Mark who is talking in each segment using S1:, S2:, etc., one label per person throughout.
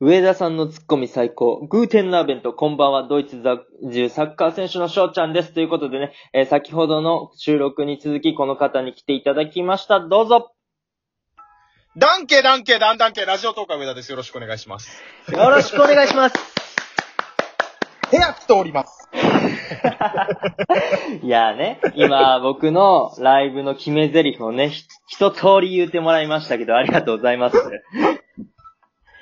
S1: 上田さんのツッコミ最高。グーテンラーベント、こんばんは、ドイツ在住サッカー選手の翔ちゃんです。ということでね、えー先ほどの収録に続き、この方に来ていただきました。どうぞ
S2: ダンケダンケダンダンケラジオトーカー上田です。よろしくお願いします。
S1: よろしくお願いします
S2: 部屋来ております。
S1: いやーね、今僕のライブの決め台詞をね、ひ一通り言うてもらいましたけど、ありがとうございます。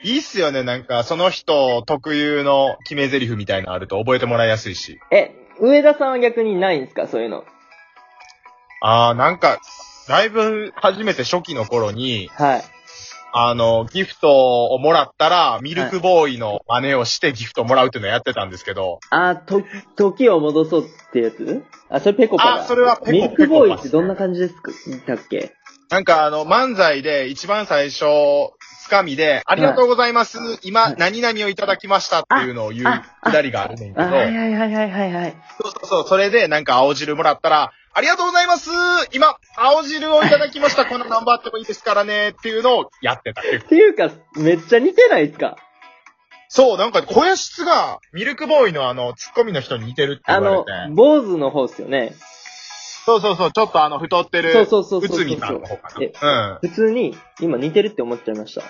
S2: いいっすよね、なんか、その人特有の決め台詞みたいなのあると覚えてもらいやすいし。
S1: え、上田さんは逆にないんですかそういうの。
S2: あー、なんか、だいぶ初めて初期の頃に、
S1: はい。
S2: あの、ギフトをもらったら、ミルクボーイの真似をしてギフトもらうっていうのをやってたんですけど、
S1: あー、と、時を戻そうってやつあ、それペコパだ。
S2: あそれはペコ
S1: ミルクボー
S2: ペ
S1: イ
S2: コパ
S1: ってどんな感じですかだっけ
S2: なんかあの、漫才で一番最初、つかみで、ありがとうございます、
S1: は
S2: 今
S1: い、
S2: 何々をいただきましたっていうのを言うくだりがあるねんけ
S1: あ、
S2: ど、
S1: はいはいはいはいはいはい。
S2: そうそうそう、それでなんか青汁もらったら、ありがとうございます今、青汁をいただき ましたこのナンバーってもいいですからねっていうのをやってた。
S1: っていうか、めっちゃ似てないですか
S2: そう、なんか声質が、ミルクボーイのあの、ツッコミの人に似てるって
S1: あ
S2: 言
S1: の
S2: われて。、
S1: 坊主の方っすよね。
S2: そうそうそう、ちょっとあの、太ってる、
S1: そうそうそうそう
S2: つ
S1: そう
S2: みさんの方か
S1: え
S2: な。うん。
S1: 普通に、今似てるって思っちゃいま した。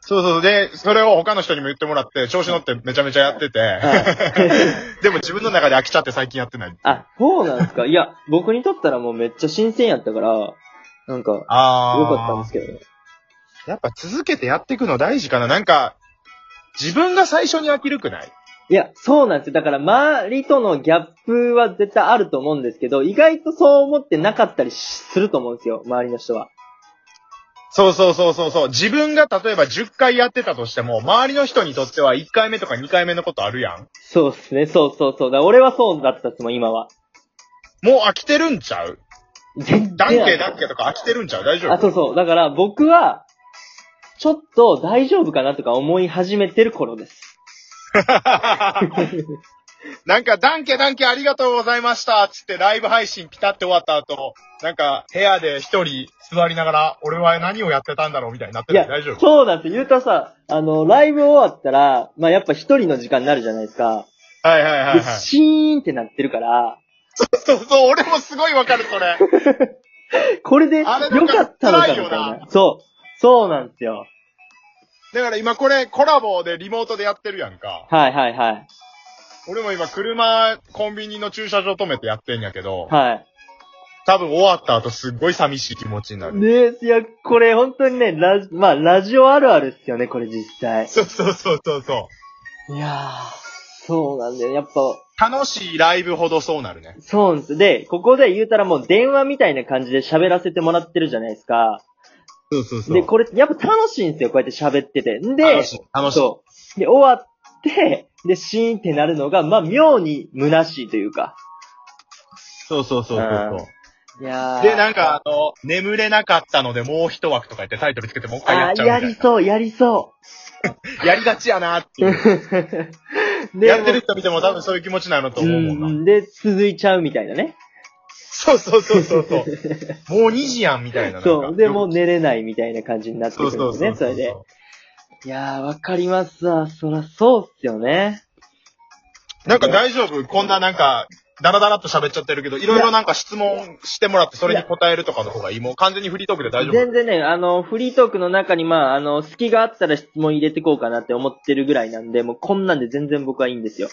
S2: そうそう、で、それを他の人にも言ってもらって、調子乗ってめちゃめちゃやってて、
S1: は
S2: でも自分の中で飽きちゃって最近やってない。
S1: あ、そうなんですかいや、僕にとったらもうめっちゃ新鮮やったから、なんか、よ
S2: あー。
S1: かったんですけどね。
S2: やっぱ続けてやっていくの大事かな。なんか、自分が最初に飽きるくない
S1: いや、そうなんですよ。だから、周りとのギャップは絶対あると思うんですけど、意外とそう思ってなかったりすると思うんですよ、周りの人は。
S2: そうそうそうそうそう。自分が例えば10回やってたとしても、周りの人にとっては1回目とか2回目のことあるやん。
S1: そうですね、そうそうそう。だから俺はそうだったっすもん、今は。
S2: もう飽きてるんちゃう
S1: 全然。
S2: ダンケダンケとか飽きてるんちゃう大丈
S1: あ、そう
S2: 夫
S1: そう。だから、僕は、ちょっと大丈夫かなとか思い始めてる頃 です。
S2: なんか、ダンケダンケありがとうございましたつってライブ配信ピタって終わった後、なんか部屋で一人座りながら、俺は何をやってたんだろうみたいになって
S1: い
S2: る
S1: や
S2: 大丈、夫
S1: そうなんですよ。言うたらさ、あの、ライブ終わったら、まあ、やっぱ一人の時間になるじゃないですか。
S2: はいはいはい
S1: で、
S2: はい。
S1: シーンってなってるから、
S2: そうそう、俺もすごいわかる、それ。
S1: これで良
S2: あ
S1: か
S2: れなんか
S1: ったのかみたい
S2: 辛いよな
S1: な。そう。そうなんですよ。
S2: だから今これコラボでリモートでやってるやんか。
S1: はいはいはい。
S2: 俺も今車、コンビニの駐車場止めてやってんやけど、
S1: は。
S2: 多分終わった後すっごい寂しい気持ちにないる。
S1: ねいや、これ本当にね、ラジ、まあ、ラジオあるあるっすよね、これ実際。
S2: そうそうそうそうそ
S1: いやー、そうなんだよ。やっぱ、
S2: う。楽しいライブほどそうなるね。
S1: そうなんです。で、ここで言うたらもう電話みたいな感じで喋らせてもらってるじゃないですか。
S2: そうそう
S1: で、これ、やっぱ楽しいんですよ、こうやって喋ってて。んで
S2: 楽、しい。楽しい。
S1: そう。で、終わって、で、シーンってなるのが、まあ、妙に虚しいというか。
S2: そうそうそうそうそう。
S1: いやー。
S2: で、なんか、あの、眠れなかったのでもう一枠とか言ってタイトルつけてもう一回や
S1: あ
S2: っ
S1: ー、
S2: ちゃうみ
S1: や
S2: たい
S1: り
S2: な。
S1: そう、やりそ
S2: やりがちやなって
S1: う
S2: い う。。
S1: で
S2: やってる人見ても多分そういう気持ちなのと
S1: う
S2: 思うもんな。
S1: ん。で、続いちゃうみたいなね。
S2: そうそうそうそうそう。もう2時やんみたいな。なんか
S1: そう。で、もう寝れないみたいな感じになってく
S2: そ
S1: る
S2: うんそ
S1: で
S2: う
S1: す
S2: そ
S1: ね、
S2: う。
S1: それで。。いやー、わかりますわ。そら、そうっすよね。
S2: なんか大丈夫こんななんか、ダラダラっと喋っちゃってるけど、いろいろなんか質問してもらって、それに答えるとかの方がいい。もう完全にフリートークで大丈夫
S1: 全然ね、あの、フリートークの中に、まあ、あの、隙があったら質問入れてこうかなって思ってるぐらいなんで、もうこんなんで全然僕はいいんですよ。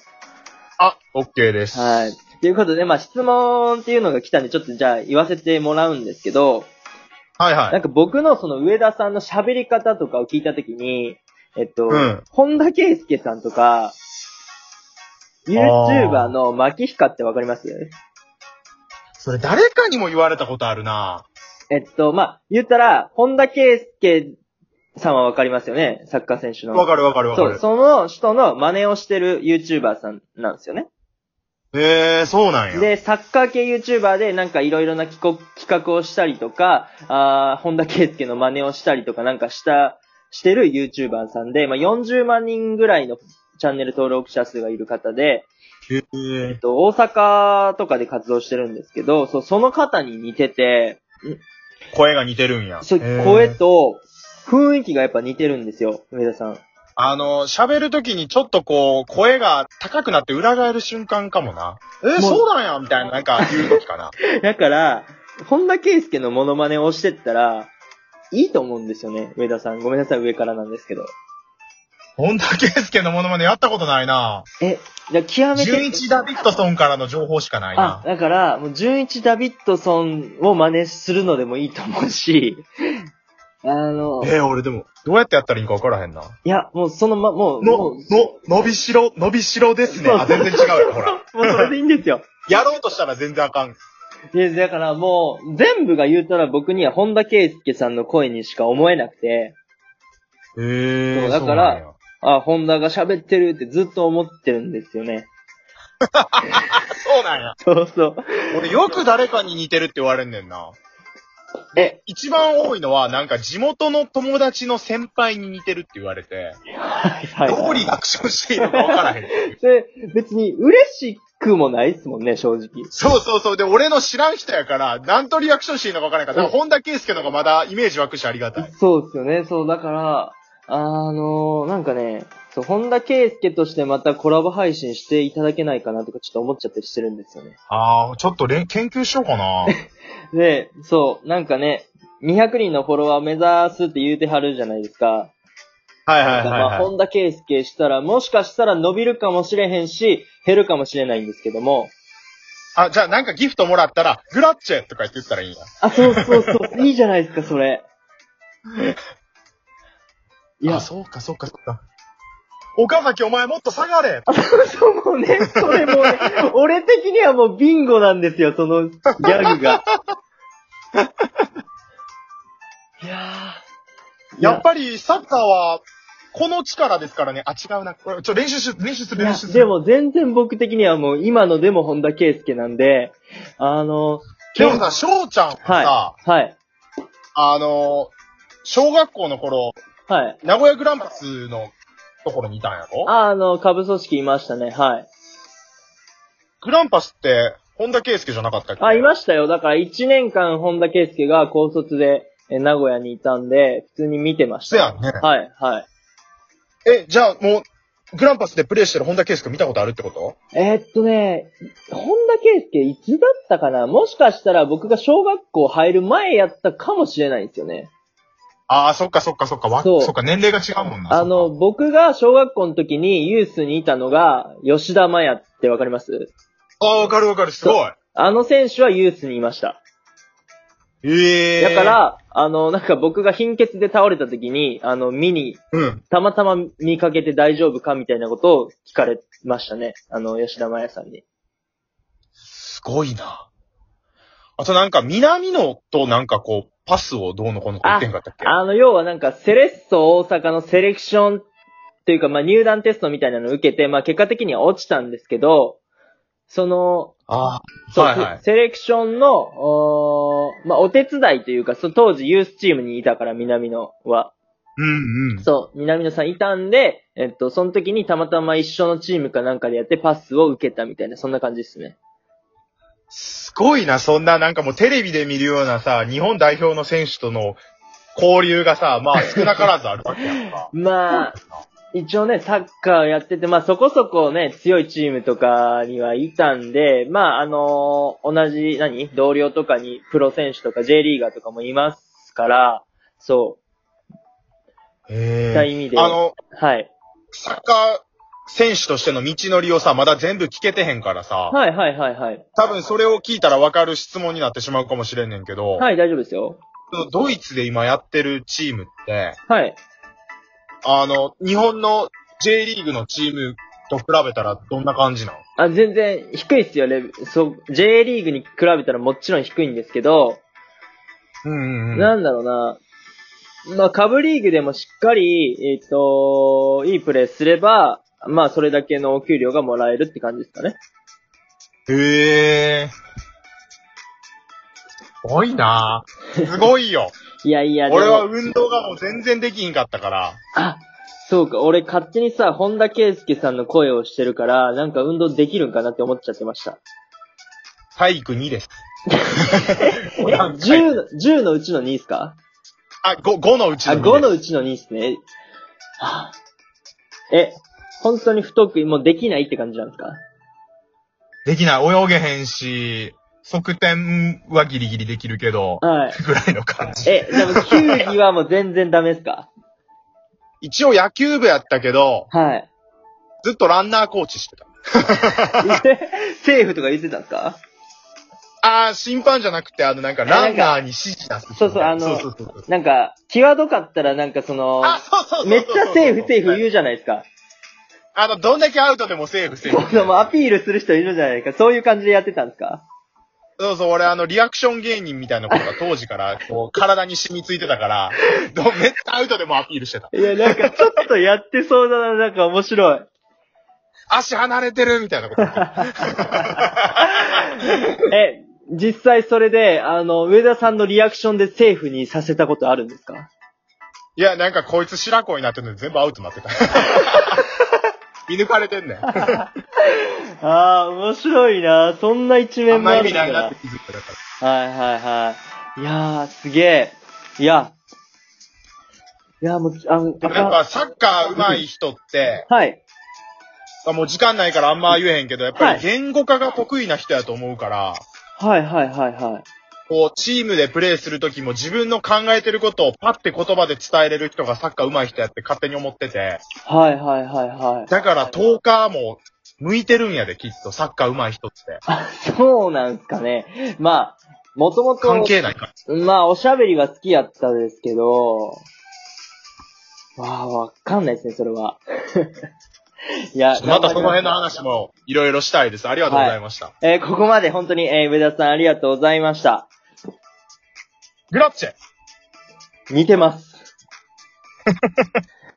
S2: あ、OK です。
S1: はい。ということで、まあ、質問っていうのが来たんで、ちょっとじゃあ言わせてもらうんですけど、
S2: はい
S1: な
S2: は
S1: んか僕のその上田さんの喋り方とかを聞いたときに、えっと、
S2: うん
S1: 本田圭佑さんとか、YouTuber の巻ヒカってわかります
S2: い。それ誰かにも言われたことあるな
S1: えっと、まあ、言ったら、本田圭佑さんはわかりますよねサッカー選手の。
S2: わかるわかるわか
S1: そう、
S2: る。
S1: その人の真似をしてる YouTuber さんなんですよね。
S2: へえー、そうなんや。
S1: で、サッカー系 YouTuber でなんかいろいろな企画企画をしたりとか、あー本田圭佑の真似をしたりとかなんかした、してる YouTuber さんで、まあ、40万人ぐらいのチャンネル登録者数がいる方で、え
S2: へ
S1: っ
S2: ー
S1: と、大阪とかで活動してるんですけど、そう、その方に似てて、
S2: 声が似てるんや。
S1: そう
S2: へー
S1: 声と雰囲気がやっぱ似てるんですよ、上田さん。
S2: あの、喋るときにちょっとこう、声が高くなって裏返る瞬間かもな。えー、
S1: もう
S2: そうなんやみたいな、なんか言うとき かな。
S1: だから、本田圭佑のモノマネをしてったら、いいと思うんですよね、上田さん。ごめんなさい、上からなんですけど。
S2: 本田圭佑のモノマネやったことないな。
S1: え、じゃあ極めて。
S2: 純一ダビッドソンからの情報しかない
S1: あ
S2: な、。
S1: だから、もう、純一ダビッドソンを真似するのでもいいと思うし、 あの、
S2: えー、俺でも、どうやってやったらいいんか分からへんな。
S1: いや、もうそのま、もう、も
S2: の
S1: う、も、
S2: の、伸びしろ、伸びしろですね。あ、全然違うよ、ほら。
S1: うそれでいいんですよ。
S2: やろうとしたら全然あかん。
S1: いや、だからもう、全部が言うたら僕には本田圭佑さんの声にしか思えなくて、
S2: へ
S1: そうだから、あ、本田が喋ってるってずっと思ってるんですよね。
S2: そうなんや。
S1: そうそう。
S2: 俺よく誰かに似てるって言われんねんな。
S1: え、
S2: 一番多いのは、なんか地元の友達の先輩に似てるって言われて、
S1: はいはい
S2: ど
S1: はい
S2: こに学習していいのか分からへん。
S1: で、別に嬉しくもないっすもんね、正直。
S2: そうそうそう。で、俺の知らん人やから、なんとリアクションしていいのか分からへんから、だから本田圭佑の方がまだイメージ湧くしありがたい。
S1: そうっすよね。そう、だから、あのなんかね、そう、本田圭佑としてまたコラボ配信していただけないかなとかちょっと思っちゃったりしてるんですよね。
S2: ああ、ちょっとれん研究しようか な。
S1: で、そう、なんかね、200人のフォロワー目指すって言うてはるじゃないですか。
S2: はいは
S1: だ
S2: い
S1: か
S2: はい
S1: ら、まあ、
S2: はい、
S1: 本田圭佑したら、もしかしたら伸びるかもしれへんし、減るかもしれないんですけども。
S2: あ、じゃあなんかギフトもらったら、グラッチェとか言って言ったらいいんや。
S1: あ、そうそうそう、いいじゃないですか、それ。 いや、
S2: あ
S1: そ
S2: そうかそうかそうか。岡崎お前もっと下がれ
S1: うもね、それもうね、俺的にはもうビンゴなんですよ、そのギャグが。いやー。
S2: やっぱりサッカーは、この力ですからね。あ、違うな。これちょ、練習し、練習す
S1: い
S2: る、
S1: や
S2: 練習する。
S1: で、も全然僕的にはもう今のでも本田圭佑なんで、あの、
S2: でもさ、翔ちゃんはさ、
S1: はい、はい、
S2: あの、小学校の頃、
S1: はい。
S2: 名古屋グランパスのところにいたんやろ
S1: あ、あの、株組織いましたね、はい。
S2: グランパスって、本田圭佑じゃなかったっけ
S1: あ、いましたよ。だから1年間本田圭佑が高卒でえ名古屋にいたんで、普通に見てまし
S2: そ
S1: た。
S2: やんね。
S1: はい、はい。
S2: え、じゃあもう、グランパスでプレーしてる本田圭佑見たことあるってこと
S1: えーっとね、本田圭佑いつだったかなもしかしたら僕が小学校入る前やったかもしれないんですよね。
S2: ああ、そっかそっかそっか。わ
S1: そう
S2: そっか、年齢が違うもんな。
S1: あの、僕が小学校の時にユースにいたのが吉田麻也ってわかります
S2: ああー、わかるわかる。すごい。
S1: あの選手はユースにいました。
S2: ええ
S1: だか、ら、あの、なんか僕が貧血で倒れた時に、あの、見に、
S2: うん。
S1: たまたま見かけて大丈夫かみたいなことを聞かれましたね。あの、吉田麻也さんに。
S2: すごいな。あとなんか、南野となんかこう、パスをどうのこうのこう言ってんかったっけ
S1: あの、要はなんか、セレッソ大阪のセレクションっていうか、まあ、入団テストみたいなのを受けて、まあ、結果的には落ちたんですけど、その、
S2: あ
S1: そう、
S2: はいはい
S1: セセレクションの、おーまあ、お手伝いというか、そ当時ユースチームにいたから、南野は。
S2: うんうん。
S1: そう、南野さんいたんで、えっと、その時にたまたま一緒のチームかなんかでやってパスを受けたみたいな、そんな感じですね。。
S2: すごいな、そんななんかもうテレビで見るようなさ、日本代表の選手との交流がさ、まあ少なからずあるわけやんか
S1: まあ、一応ね、サッカーやってて、まあそこそこね、強いチームとかにはいたんで、まああの同じ、何同僚とかにプロ選手とか J リーガーとかもいますから、そう、
S2: へー
S1: そういう意味で。
S2: あの、
S1: はい。
S2: サッカー選手としての道のりをさ、まだ全部聞けてへんからさ、
S1: はいはいはいはい。
S2: 多分それを聞いたらわかる質問になってしまうかもしれんねんけど、
S1: はい、大丈夫ですよ。
S2: ドイツで今やってるチームって、
S1: はい。
S2: あの、日本の J リーグのチームと比べたらどんな感じなの
S1: あ、全然低いっすよ、レベル。そう、J リーグに比べたらもちろん低いんですけど、
S2: うんうんうん。
S1: なんだろうな。まあ、株リーグでもしっかり、えっ、と、いいプレーすれば、まあ、それだけのお給料がもらえるって感じですかね。
S2: へえ。すごい なすごいよ。
S1: いやいや、でも
S2: 俺は運動がもう全然できひんかったから。
S1: あ、そうか、俺勝手にさ、本田圭佑さんの声をしてるから、なんか運動できるんかなって思っちゃってました。
S2: 体育2です。
S1: え、
S2: なんか
S1: 10の、10のうちの2っすか
S2: あ、5、5のうち
S1: あ、
S2: の
S1: 5の
S2: 2
S1: う
S2: です。
S1: ちの2っすね。はあえ、本当に不得意、もうできないって感じなんですか
S2: できない。泳げへんし、側転はギリギリできるけど、
S1: はい。
S2: ぐらいの感 じ。
S1: え、でも球技はもう全然ダメですか
S2: 一応野球部やったけど、
S1: はい。
S2: ずっとランナーコーチしてた。
S1: セーフとか言ってたんですか
S2: あー、審判じゃなくて、あの、なんか、ランナーに指示出す。
S1: そうそうあの
S2: そうそうそうそう。
S1: なんか、際どかったらなんかその、
S2: あ、そうそうそうそう
S1: めっちゃセーフセーフ
S2: う。
S1: 言うじゃないですか。
S2: あの、どんだけアウトでもセーフセー
S1: こ
S2: フ。
S1: のもうアピールする人いるじゃないですか。そういう感じでやってたんですか
S2: そうそう、俺あの、リアクション芸人みたいなことが当時から、こう、体に染みついてたから、どめっちゃアウトでもアピールしてた。
S1: いや、なんかちょっとやってそうだな、なんか面白 い。
S2: 足離れてるみたいなこと。
S1: え、実際それで、あの、上田さんのリアクションでセーフにさせたことあるんですか
S2: いや、なんかこいつ白子になってるのに全部アウトになっ てた。見抜かれてんねん。あ
S1: ああ、面白いな。そんな一面
S2: ん
S1: も
S2: ま
S1: あ
S2: 意
S1: る
S2: 味
S1: ん
S2: な
S1: だ
S2: いなっ
S1: な
S2: て。気づいただから。
S1: はいはいはい。いやー、すげえ。いや。いや、もう、あの、
S2: でもなん
S1: あ
S2: かサッカー上手い人って、
S1: はい。
S2: あもう時間ないからあんま言えへんけど、やっぱ
S1: は
S2: り
S1: い
S2: 言語化が得意な人やと思うから、
S1: はいはいはいはい。
S2: こう、チームでプレーするときも自分の考えてることをパッて言葉で伝えれる人がサッカー上手い人やって勝手に思ってて、
S1: はいはいはいはい。
S2: だから10日も向いてるんやで、きっとサッカー上手い人って。
S1: あ、 そうなんすかね。まあ、もともと、
S2: 関係ないから。
S1: まあ、おしゃべりが好きやったですけど、わあ、わかんないですね、それは。 いや、
S2: またその辺の
S1: な
S2: 話もいろいろしたいです。ありがとうございました。
S1: えーここまで本当に、えー上田さんありがとうございました。
S2: グラッチェ
S1: 似てます。